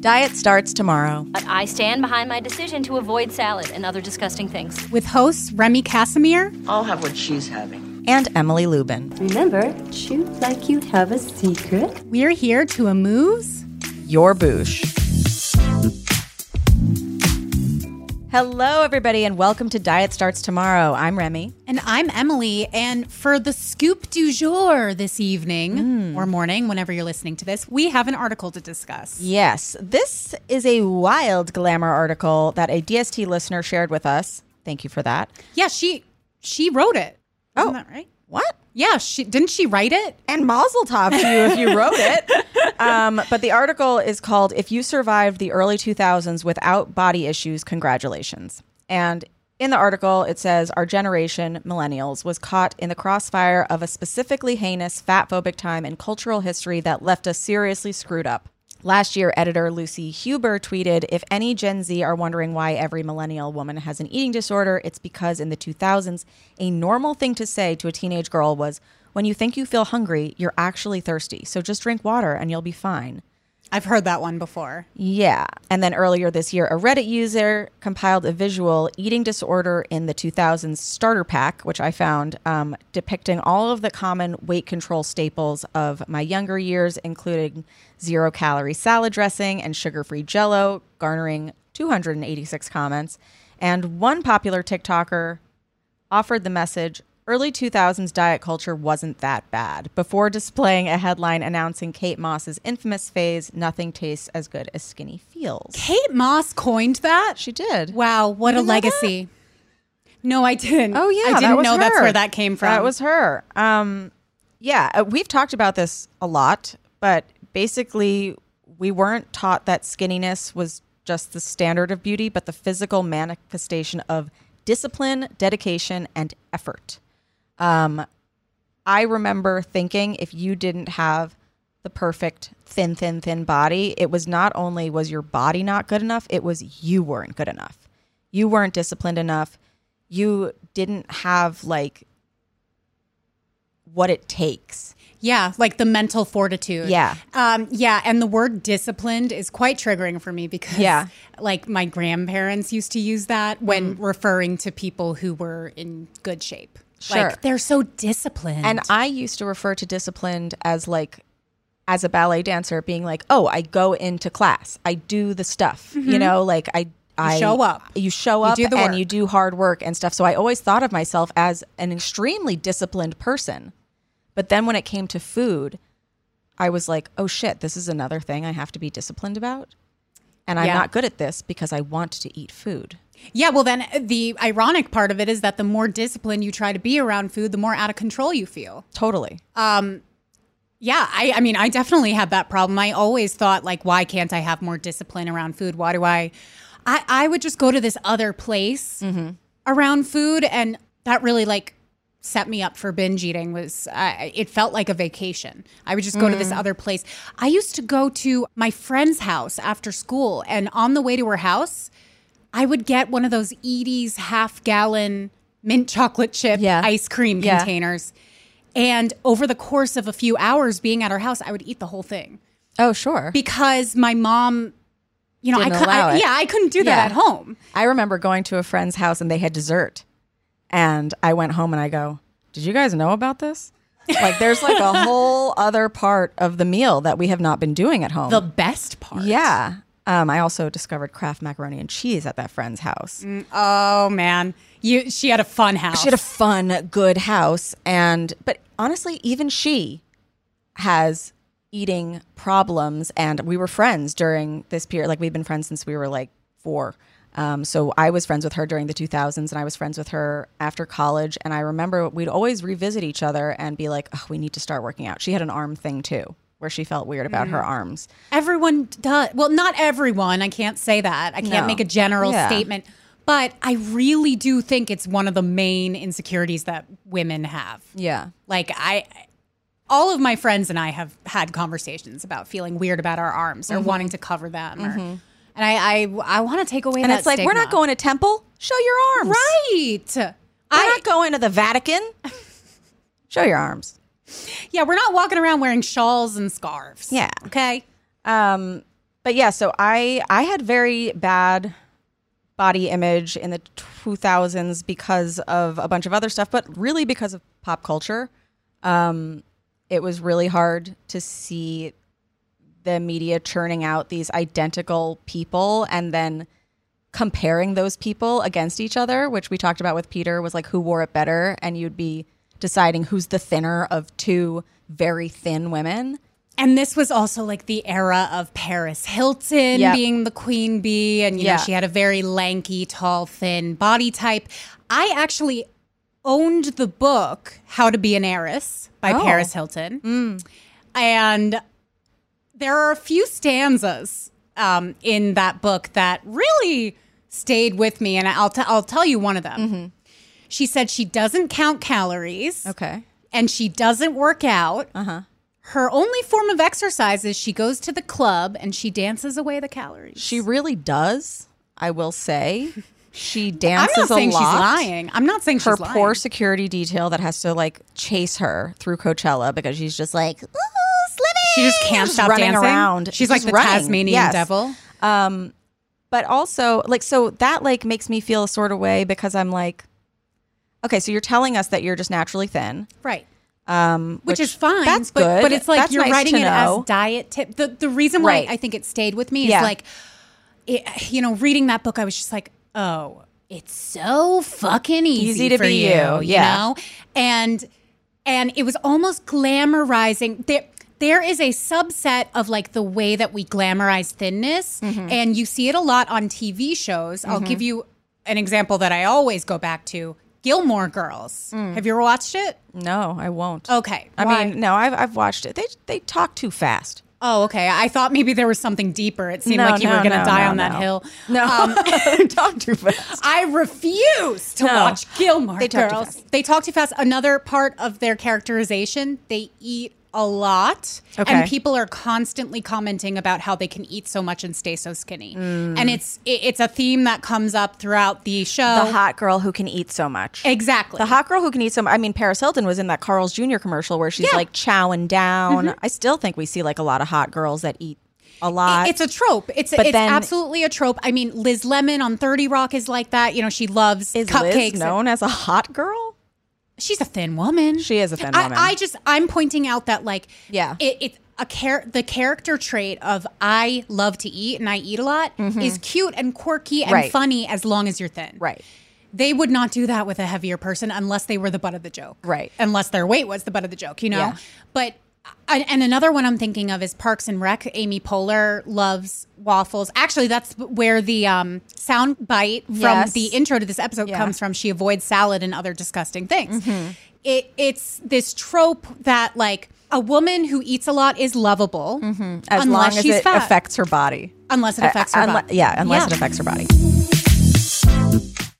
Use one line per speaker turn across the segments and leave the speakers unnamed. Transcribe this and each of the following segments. Diet starts tomorrow.
But I stand behind my decision to avoid salad and other disgusting things.
With hosts Remy Casimir
I'll have what she's having.
And Emily Lubin.
Remember, shoot like you have a secret.
We're here to amuse.
Your Boosh. Hello, everybody, and welcome to Diet Starts Tomorrow. I'm Remy.
And I'm Emily. And for the scoop du jour this evening
Hmm.
or morning, whenever you're listening to this, we have an article to discuss.
Yes, this is a wild glamour article that a DST listener shared with us. Thank you for that.
Yeah, she she wrote it. Isn't
Oh.
that right?
What?
Yeah, she didn't she write it?
And Mazel Tov to you if you wrote it. Um, but the article is called If You Survived the Early 2000s Without Body Issues, Congratulations. And in the article, it says Our generation, millennials, was caught in the crossfire of a specifically heinous, fat phobic time in cultural history that left us seriously screwed up. Last year, editor Lucy Huber tweeted If any Gen Z are wondering why every millennial woman has an eating disorder, it's because in the 2000s, a normal thing to say to a teenage girl was, When you think you feel hungry, you're actually thirsty. So just drink water and you'll be fine.
I've heard that one before.
Yeah. And then earlier this year, a Reddit user compiled a visual eating disorder in the 2000s starter pack, which I found um, depicting all of the common weight control staples of my younger years, including zero calorie salad dressing and sugar free jello, garnering 286 comments. And one popular TikToker offered the message early 2000s diet culture wasn't that bad before displaying a headline announcing Kate Moss's infamous phase nothing tastes as good as skinny feels.
Kate Moss coined that.
She did.
Wow, what a legacy. No, I didn't.
Oh yeah,
I didn't
that was
know that's
her.
where that came from.
That was her. Um, yeah, uh, we've talked about this a lot, but basically, we weren't taught that skinniness was just the standard of beauty, but the physical manifestation of discipline, dedication, and effort. Um, I remember thinking if you didn't have the perfect thin, thin, thin body, it was not only was your body not good enough, it was you weren't good enough. You weren't disciplined enough. You didn't have like what it takes.
Yeah, like the mental fortitude.
Yeah.
Um, yeah. And the word disciplined is quite triggering for me because,
Yeah. Mm.
like, my grandparents used to use that when referring to people who were in good shape.
Sure.
Like, they're so disciplined.
And I used to refer to disciplined as like, as a ballet dancer, being like, oh, I go into class, I do the stuff, you know, like I, I
Mm-hmm. show up.
you show
You
up,
do the
and
work.
you do hard work and stuff. So I always thought of myself as an extremely disciplined person, but then when it came to food, I was like, oh shit, this is another thing I have to be disciplined about, and I'm
Yeah.
not good at this because I want to eat food.
yeah. Well, then uh, the ironic part of it is that the more disciplined you try to be around food, the more out of control you feel.
Totally.
Uh, Yeah, I, I mean, I definitely had that problem. I always thought, like, why can't I have more discipline around food? Why do I? I, I would just go to this other place
Mm-hmm.
around food, and that really like set me up for binge eating. Was I it felt like a vacation? I would just go to
Mm.
this other place. I used to go to my friend's house after school, and on the way to her house, I would get one of those Edie's half gallon mint chocolate chip
Yeah.
ice cream
Yeah.
containers. And over the course of a few hours being at her house, I would eat the whole thing
oh sure.
because my mom, you know, I,
Didn't
cou-
allow
I
it.
yeah, I couldn't do that
Yeah.
at home.
I remember going to a friend's house and they had dessert. And I went home and I go, Did you guys know about this? Like, there's like a whole other part of the meal that we have not been doing at home.
The best part.
yeah. Um, I also discovered Kraft macaroni and cheese at that friend's house.
Oh man, you she had a fun house.
She had a fun, good house. And, but honestly, even she has eating problems. And we were friends during this period. Like, we've been friends since we were like four. Um, so I was friends with her during the 2000s, and I was friends with her after college. And I remember we'd always revisit each other and be like, oh, "We need to start working out." She had an arm thing too, where she felt weird about
Mm.
her arms.
Everyone does. Well, not everyone. I can't say that. I can't
No.
make a general
Yeah.
statement. But I really do think it's one of the main insecurities that women have.
Yeah,
Like I all of my friends and I have had conversations about feeling weird about our arms or
Mm-hmm.
wanting to cover them or, and I I, I want to take away
and
that
it's like we're not
stigma.
going to temple. Show your arms.
right.
We're
I
not going to the Vatican. Show your arms.
yeah, we're not walking around wearing shawls and scarves.
Yeah.
Okay.
Um, but yeah, so I I had very bad body image in the 2000s because of a bunch of other stuff, but really because of pop culture. Um, it was really hard to see the media churning out these identical people and then comparing those people against each other, which we talked about with Peter, was like who wore it better, and you'd be deciding who's the thinner of two very thin women.
And this was also like the era of Paris Hilton
Yep.
being the queen bee. And, you
Yeah.
know, she had a very lanky, tall, thin body type. I actually owned the book, How to Be an Heiress by
Oh.
Paris Hilton. And there are a few stanzas um, in that book that really stayed with me. And I'll, t- I'll tell you one of them. She said she doesn't count calories
Mm-hmm. Okay.
and she doesn't work out. Uh-huh. Her only form of exercise is she goes to the club and she dances away the calories.
She really does, I will say. She
I'm
dances
not saying
a
she's
lot.
lying. I'm not saying
Her
she's lying.
poor security detail that has to like chase her through Coachella because she's just like, ooh, Slimming!"
She just can't stop
running
dancing.
around.
She's, like
just
the
running.
Tasmanian
Yes.
devil.
Um, but also like so that like makes me feel a sort of way because I'm like, okay, so you're telling us that you're just naturally thin,
Right.
um,
Which, is fine.
That's
but,
good.
But it's like
That's
you're
nice
writing
to
it
know.
as diet tip. The, the reason why
Right.
I think it stayed with me
Yeah.
is like, it, you know, reading that book, I was just like, oh, it's so fucking easy,
Easy to
for
be
you,
you.
you
Yeah.
know? know? and and it was almost glamorizing there there is a subset of like the way that we glamorize thinness
Mm-hmm.
and you see it a lot on tv shows i'll give you an example that i always go back to gilmore girls have you ever watched it
No, I won't.
okay
Mm. I
Oh, why?
mean, no, I've I've watched it. They they talk too fast.
oh okay i thought maybe there was something deeper it seemed
No,
like you
no,
were gonna
no,
die
no,
on that
no.
hill Um,
No, talk too fast.
I refuse to
No.
watch Gilmore
They talk
Girls.
too fast.
They talk too fast. Another part of their characterization, they eat a lot.
Okay.
And people are constantly commenting about how they can eat so much and stay so skinny.
Mm.
And it's it, it's a theme that comes up throughout the show.
the hot girl who can eat so much.
exactly.
The hot girl who can eat so much. I mean, Paris Hilton was in that Carl's Jr. commercial where she's
Yeah. Mm-hmm.
like chowing down. I still think we see like a lot of hot girls that eat a lot.
it's a trope. It's
But
it's
then-
absolutely a trope. I mean, Liz Lemon on Thirty Rock is like that. You know, she loves
is
cupcakes.
Liz
and-
known as a hot girl?
she's a thin woman.
She is a thin
I,
woman.
I just I'm pointing out that like
Yeah.
it, it a char- the character trait of I love to eat and I eat a lot is cute and quirky and
Mm-hmm. Right.
funny as long as you're thin.
Right.
They would not do that with a heavier person unless they were the butt of the joke.
Right.
Unless their weight was the butt of the joke, you know.
Yeah.
But uh, and and another one I'm thinking of is Parks and Rec. Amy Poehler loves waffles. Actually, that's where the um, sound bite from
Yes.
the intro to this episode
Yeah. Mm-hmm.
comes from. She avoids salad and other disgusting things. It, it's this trope that like a woman who eats a lot is lovable
Mm-hmm. As
unless
long as
she's
it
fat.
affects her body. Uh,
unless it affects her
Unle-
body.
Yeah, unless it
Yeah.
affects her body.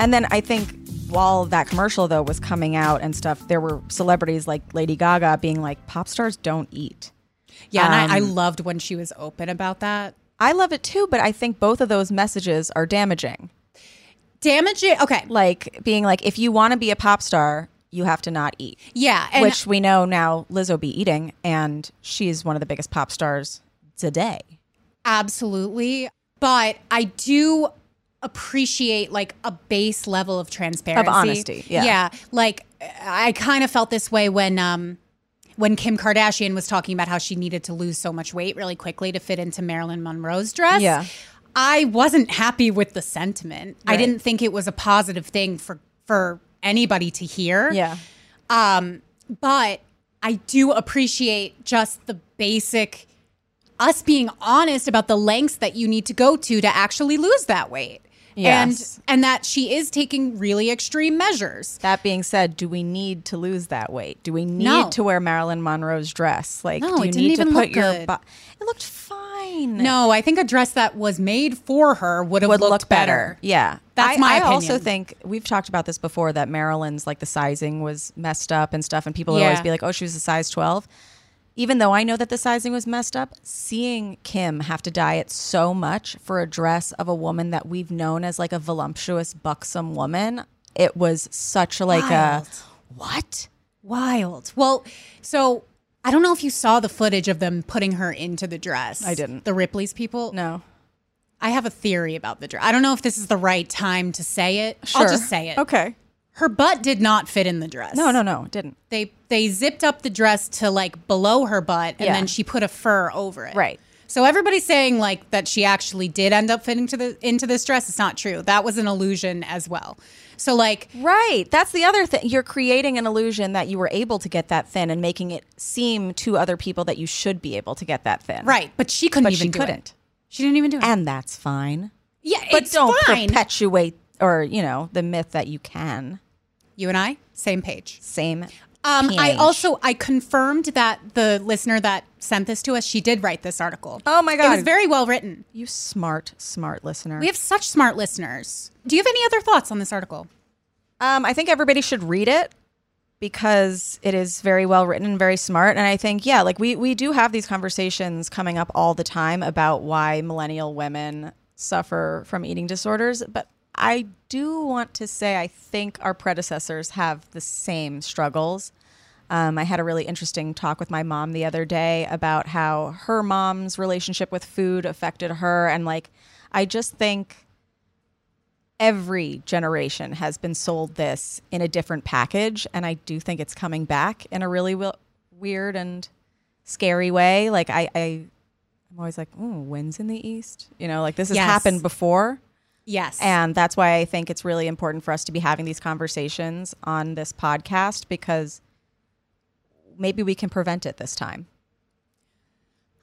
And then I think while that commercial though was coming out and stuff, there were celebrities like Lady Gaga being like, "Pop stars don't eat."
Yeah, and I, I loved when she was open about that.
I love it too, but I think both of those messages are damaging.
Damaging. Okay.
Like being like, if you want to be a pop star, you have to not eat.
Yeah. And
Which we know now Lizzo be eating, and she's one of the biggest pop stars today.
Absolutely. But I do appreciate like a base level of transparency.
honesty, yeah.
Yeah. Like I kind of felt this way when um when Kim Kardashian was talking about how she needed to lose so much weight really quickly to fit into Marilyn Monroe's dress.
Yeah.
I wasn't happy with the sentiment. I didn't think it was a positive thing for for anybody to hear.
Yeah.
Um, but I do appreciate just the basic us being honest about the lengths that you need to go to to actually lose that weight.
Yes.
And and that she is taking really extreme measures.
That being said, do we need to lose that weight? Do we need
No.
to wear Marilyn Monroe's dress? Like,
No,
do you
it didn't
need
even
to put
look
your
good.
bo- It looked fine.
No, I think a dress that was made for her would have
would
looked
look better. Yeah,
That's
I,
my
I
opinion.
also think we've talked about this before that Marilyn's like the sizing was messed up and stuff, and people would always
Yeah.
be like, "Oh, she was a size 12." Even though I know that the sizing was messed up, seeing Kim have to diet so much for a dress of a woman that we've known as like a voluptuous, buxom woman, it was such like
Wild.
a what?
Wild. Well, so I don't know if you saw the footage of them putting her into the dress.
I didn't.
The Ripley's people.
No,
I have a theory about the dress. I don't know if this is the right time to say it. I'll just say it.
Okay.
Her butt did not fit in the dress.
No, no, no, it didn't.
they they zipped up the dress to like below her butt and
Yeah.
then she put a fur over it.
Right.
So everybody's saying like that she actually did end up fitting to the into this dress. It's not true. That was an illusion as well. So like
Right. That's the other thing. You're creating an illusion that you were able to get that thin and making it seem to other people that you should be able to get that thin.
right, but she couldn't
But
even
she
do it.
couldn't.
She didn't even do it.
And that's fine.
yeah,
But
it's
don't
fine.
perpetuate or, you know, the myth that you can.
you and I same page.
Same
Um, I
PH.
also I confirmed that the listener that sent this to us, she did write this article.
Oh my
It
God.
was very well written.
You smart, smart listener.
We have such smart listeners. Do you have any other thoughts on this article?
Um, I think everybody should read it because it is very well written and very smart. And I think, yeah, like we we do have these conversations coming up all the time about why millennial women suffer from eating disorders, but I do want to say I think our predecessors have the same struggles. Um, I had a really interesting talk with my mom the other day about how her mom's relationship with food affected her. And like, I just think every generation has been sold this in a different package and i do think it's coming back in a really wi- weird and scary way like i, I i'm always like ooh winds in the east you know like this has
Yes.
happened before
Yes.
and that's why i think it's really important for us to be having these conversations on this podcast because maybe we can prevent it this time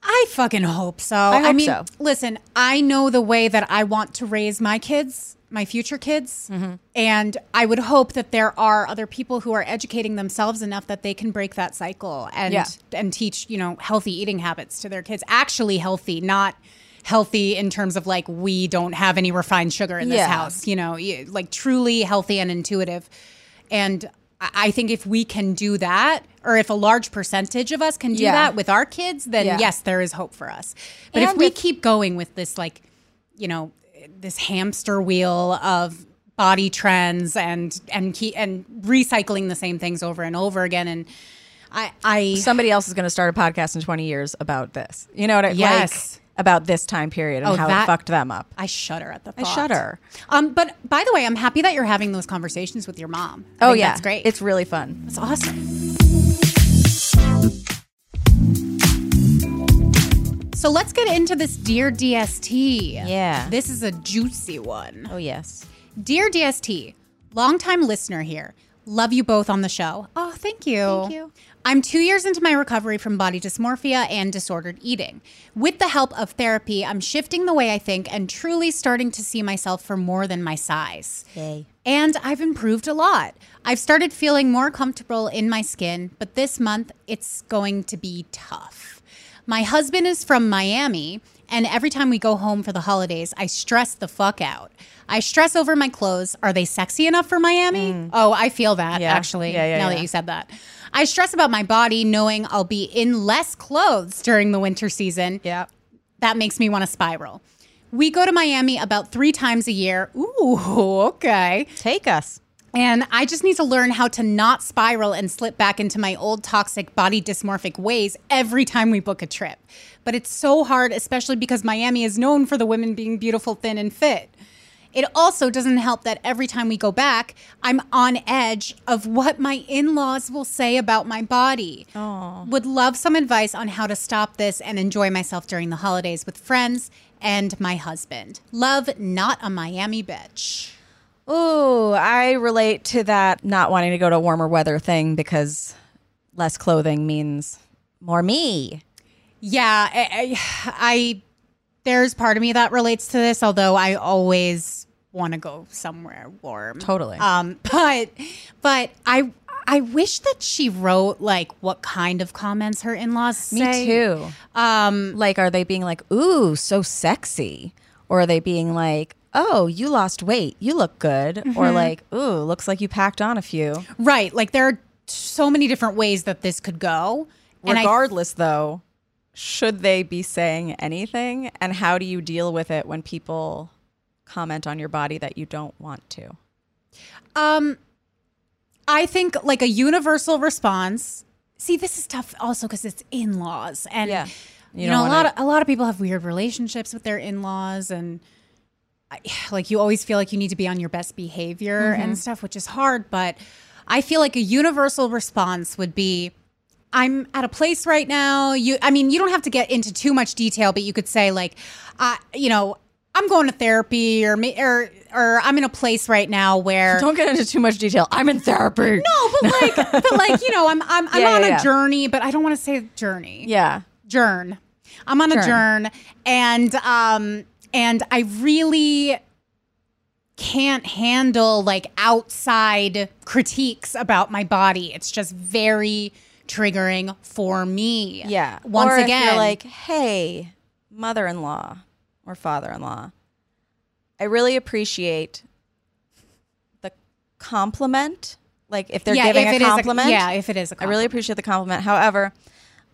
I fucking hope so.
I hope
mean,
so.
listen, I know the way that I want to raise my kids, my future kids,
Mm-hmm.
and I would hope that there are other people who are educating themselves enough that they can break that cycle and
Yeah.
and teach, you know, healthy eating habits to their kids, actually healthy, not healthy in terms of like we don't have any refined sugar in this
Yeah.
house, you know, you- like truly healthy and intuitive. And I I think if we can do that, or if a large percentage of us can do
Yeah.
that with our kids, then
Yeah.
yes, there is hope for us. But if
And
we
if-
keep going with this, like, you know, this hamster wheel of body trends and and key, and recycling the same things over and over again, and I, I
somebody else is going to start a podcast in 20 years about this you know what i
Yes.
like about this time period and
Oh,
how
that-
it fucked them up
I shudder at the
I
thought.
shudder.
Um, but by the way, I'm happy that you're having those conversations with your mom. I
oh
think
yeah
that's great.
it's really fun
it's awesome. So let's get into this Dear DST.
Yeah.
This is a juicy one.
Oh yes.
Dear DST, longtime listener here. Love you both on the show. Oh, thank you. Thank you. I'm two years into my recovery from body dysmorphia and disordered eating. With the help of therapy, I'm shifting the way I think and truly starting to see myself for more than my size. And I've improved a lot. I've started feeling more comfortable in my skin, but this month it's going to be tough. My husband is from Miami, and every time we go home for the holidays, I stress the fuck out. I stress over my clothes. Are they sexy enough for Miami? Oh, I feel that
Mm. Yeah.
actually,
Yeah, yeah,
now that
yeah.
you said that. I stress about my body knowing I'll be in less clothes during the winter season.
Yeah.
That makes me want to spiral. We go to Miami about three times a year. Ooh, okay.
Take us.
And I just need to learn how to not spiral and slip back into my old toxic body dysmorphic ways every time we book a trip. But it's so hard, especially because Miami is known for the women being beautiful, thin, and fit. It also doesn't help that every time we go back, I'm on edge of what my in laws will say about my body. Would love some advice on how to stop this and enjoy myself during the holidays with friends and my husband. Love, not a Miami bitch.
Ooh, I relate to that not wanting to go to warmer weather thing because less clothing means more me.
Yeah, I, I, I there's part of me that relates to this, although I always want to go somewhere warm.
Totally.
Um, but but I I wish that she wrote like what kind of comments her in-laws
Me
say.
too.
Um,
Like, are they being like, ooh, so sexy? Or are they being like, oh, you lost weight. You look good. Or like, ooh, looks like you packed on a few.
right, like there are so many different ways that this could go. And I
Regardless, though, should they be saying anything? And how do you deal with it when people comment on your body that you don't want to?
Um, I think like a universal response. See, this is tough also because it's in laws, and
Yeah.
you,
You
know,
don't
a
wanna-
lot of a lot of people have weird relationships with their in laws, and I, like you always feel like you need to be on your best behavior
Mm-hmm.
and stuff, which is hard. But I feel like a universal response would be. I'm at a place right now. You, I mean, you don't have to get into too much detail, but you could say like, I, you know, I'm going to therapy, or ma- or or I'm in a place right now where
Don't get into too much detail. I'm in therapy.
no, but like, but like, you know, I'm I'm, I'm
Yeah,
on
yeah,
a
yeah.
journey, but I don't want to say journey.
Yeah.
Journ. I'm on a journ, and um, and I really can't handle like outside critiques about my body. It's just very triggering for me.
Yeah.
Once
Or if
again,
you're like, hey, mother in law or father in law, I really appreciate the compliment. Like if they're giving
if
a
it is
compliment.
yeah, if it is a
I
compliment.
really appreciate the compliment. However,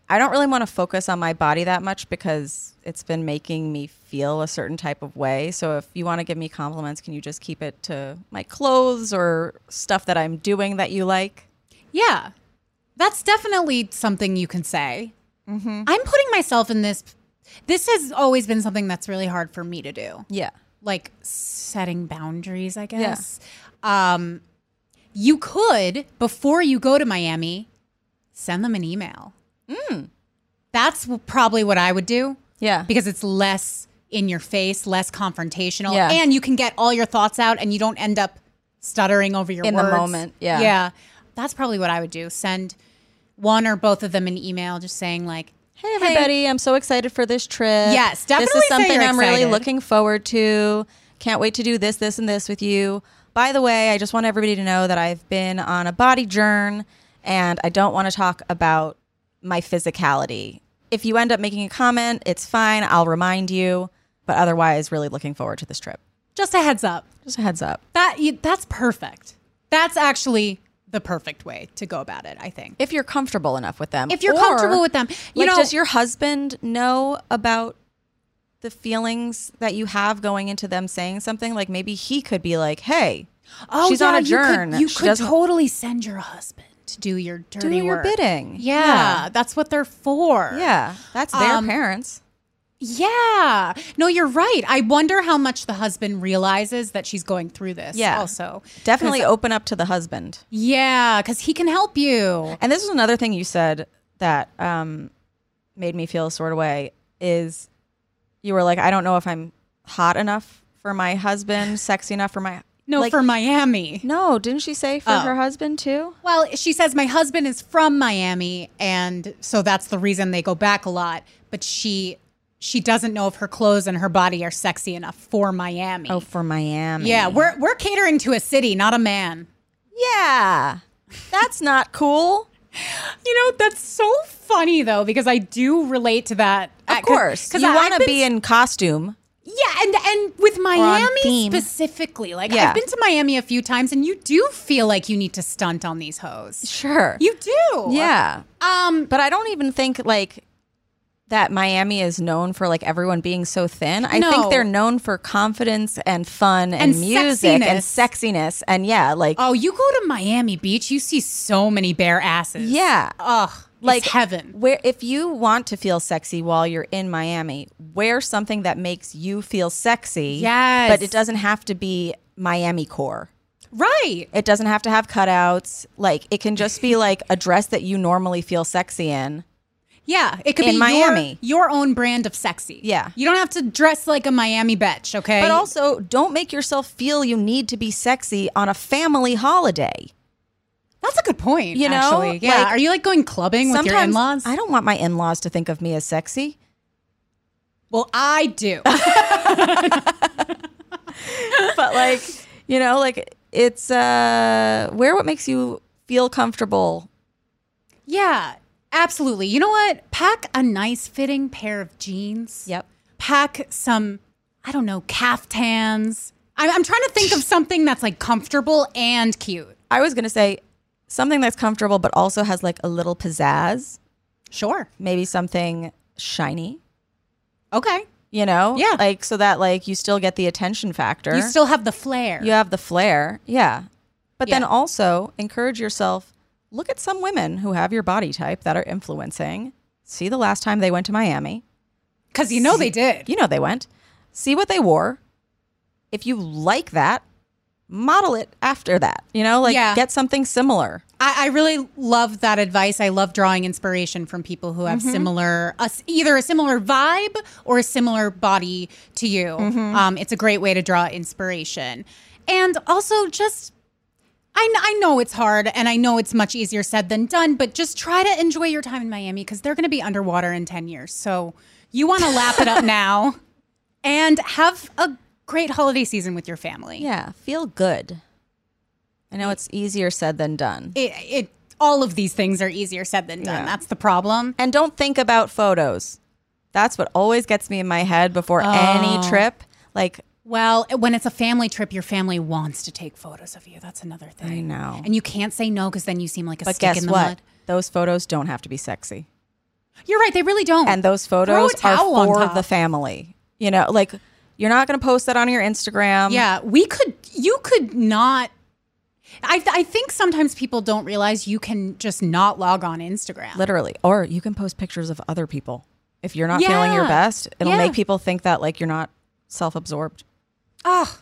I don't really want to focus on my body that much because it's been making me feel a certain type of way. So if you want to give me compliments, can you just keep it to my clothes or stuff that I'm doing that you like?
Yeah. That's definitely something you can say. I'm putting myself in this. This has always been something that's really hard for me to do.
Yeah.
Like setting boundaries, I guess. Um, you could, before you go to Miami, send them an email. That's probably what I would do
Yeah.
because it's less in your face, less confrontational,
Yeah.
and you can get all your thoughts out, and you don't end up stuttering over your
In the
words.
moment, yeah.
yeah. That's probably what I would do. Send one or both of them an email, just saying like,
Hey everybody, I'm so excited for this trip.
Yes, definitely
This
say
is something
you're
I'm really
excited.
looking forward to. Can't wait to do this, this, and this with you. By the way, I just want everybody to know that I've been on a body journey and I don't want to talk about my physicality. If you end up making a comment, it's fine. I'll remind you. But otherwise, really looking forward to this trip.
"Just a heads up."
Just a heads up.
That you, that's perfect. That's actually the perfect way to go about it. I think.
If you're comfortable enough with them.
If you're
Or,
comfortable with them, you
like,
know,
does your husband know about the feelings that you have going into them saying something? Like maybe he could be like, "Hey,
oh,
she's
yeah,
on a
you could-
journey.
You
She
could,
doesn't-
totally send your husband to do your dirty
do your
work.
bidding."
Yeah, that's what they're for.
yeah, Yeah. that's their
Um,
parents.
Yeah. No, you're right. I wonder how much the husband realizes that she's going through this.
Yeah.
Also,
Definitely open up to the husband.
yeah, because he can help you.
And this is another thing you said that um, made me feel a sort of way is you were like, "I don't know if I'm hot enough for my husband, sexy enough for my."
No,
like,
for Miami.
no, didn't she say for
Oh.
her husband too?
Well, she says my husband is from Miami, and so that's the reason they go back a lot. But she she doesn't know if her clothes and her body are sexy enough for Miami.
Oh, for Miami.
yeah, we're we're catering to a city, not a man.
Yeah. That's not cool.
You know that's so funny though because I do relate to that. Uh,
Of course. you want to be in costume.
Yeah, and and with
on
Miami
theme.
specifically, like
Yeah.
I've been to Miami a few times, and you do feel like you need to stunt on these hoes.
Sure.
You do.
yeah.
Um.
But I don't even think like that Miami is known for like everyone being so thin. I
No.
think they're known for confidence and fun and,
And
music and
sexiness.
sexiness and yeah, like
Oh, you go to Miami Beach, you see so many bare asses.
yeah.
Ugh.
like
Like heaven.
Where if you want to feel sexy while you're in Miami, wear something that makes you feel sexy.
Yes.
But it doesn't have to be Miami core.
Right.
It doesn't have to have cutouts. Like it can just be like a dress that you normally feel sexy in.
Yeah. It could
In
be
Miami.
Your, your own brand of sexy.
Yeah.
You don't have to dress like a Miami bitch, okay?
But also, don't make yourself feel you need to be sexy on a family holiday.
that's a good point.
You know,
actually. Yeah.
like,
Are you like going clubbing with your in laws?
I don't want my in-laws to think of me as sexy.
Well, I do.
But like, you know, like it's uh wear what makes you feel comfortable.
yeah. Absolutely. You know what? Pack a nice fitting pair of jeans.
Yep.
pack some, I don't know, caftans. I'm, I'm trying to think of something that's like comfortable and cute.
I was gonna say something that's comfortable but also has like a little pizzazz.
Sure.
Maybe something shiny.
Okay.
You know?
Yeah.
Like so that like you still get the attention factor.
You still have the flair.
You have the flair. Yeah. But then
Yeah.
also encourage yourself look at some women who have your body type that are influencing. See the last time they went to Miami.
Because you know they did.
You know they went. See what they wore. If you like that, model it after that. You know, like
Yeah.
get something similar.
I, I really love that advice. I love drawing inspiration from people who
Mm-hmm.
have similar, a s either a similar vibe or a similar body to you.
Mm-hmm.
Um, it's a great way to draw inspiration. And also just, I, kn- I know it's hard and I know it's much easier said than done, but just try to enjoy your time in Miami because they're going to be underwater in 10 years. So you want to lap it up now and have a great holiday season with your family.
Yeah, feel good. I know it's easier said than done.
It, it all of these things are easier said than done.
Yeah.
That's the problem.
And don't think about photos. That's what always gets me in my head before any trip. Like,
Well, when it's a family trip, your family wants to take photos of you. That's another thing. I
know.
And you can't say no because then you seem like a
but
stick
guess
in the
what?
mud.
Those photos don't have to be sexy.
You're right. They really don't.
And those
Throw a
photos are
towel on
for
top.
the family. You know, like you're not going to post that on your Instagram.
Yeah, we could. You could not. I, I think sometimes people don't realize you can just not log on Instagram.
Literally. Or you can post pictures of other people. If you're not feeling your
Yeah.
best, it'll
Yeah.
make people think that like you're not self absorbed.
Oh,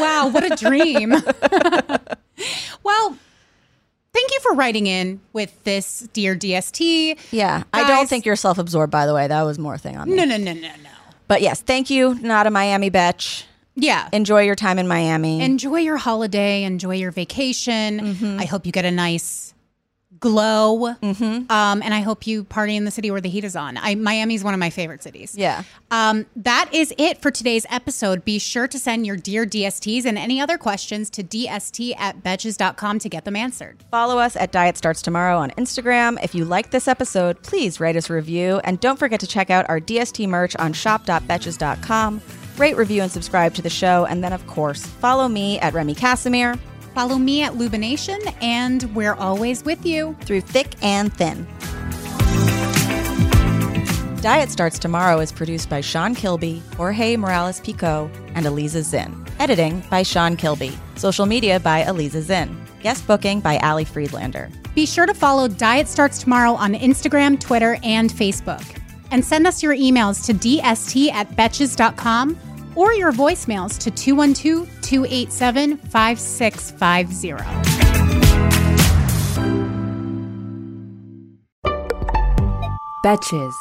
wow, what a dream. well, thank you for writing in with this, dear DST.
Yeah. I don't think you're self absorbed, by the way. That was more a thing on me.
No, no, no, no, no.
But yes, thank you, Not a Miami Betch.
Yeah.
Enjoy your time in Miami.
enjoy your holiday, enjoy your vacation. I hope you get a nice glow. Um, and I hope you party in the city where the heat is on. I, Miami's one of my favorite cities.
yeah.
Um, that is it for today's episode. Be sure to send your dear DSTs and any other questions to dst at betches.com to get them answered.
Follow us at Diet Starts Tomorrow on Instagram. If you liked this episode, please rate us a review. And don't forget to check out our DST merch on shop.betches.com. Rate, review, and subscribe to the show. And then, of course, follow me at Remy Casimir
Follow me at Lubination, and we're always with you.
through thick and thin. Diet Starts Tomorrow is produced by Sean Kilby, Jorge Morales Pico, and Aliza Zinn. Editing by Sean Kilby. Social media by Aliza Zinn. Guest booking by Ali Friedlander.
Be sure to follow Diet Starts Tomorrow on Instagram, Twitter, and Facebook. And send us your emails to dst at betches.com or your voicemails to 212 287 5650.
Betches.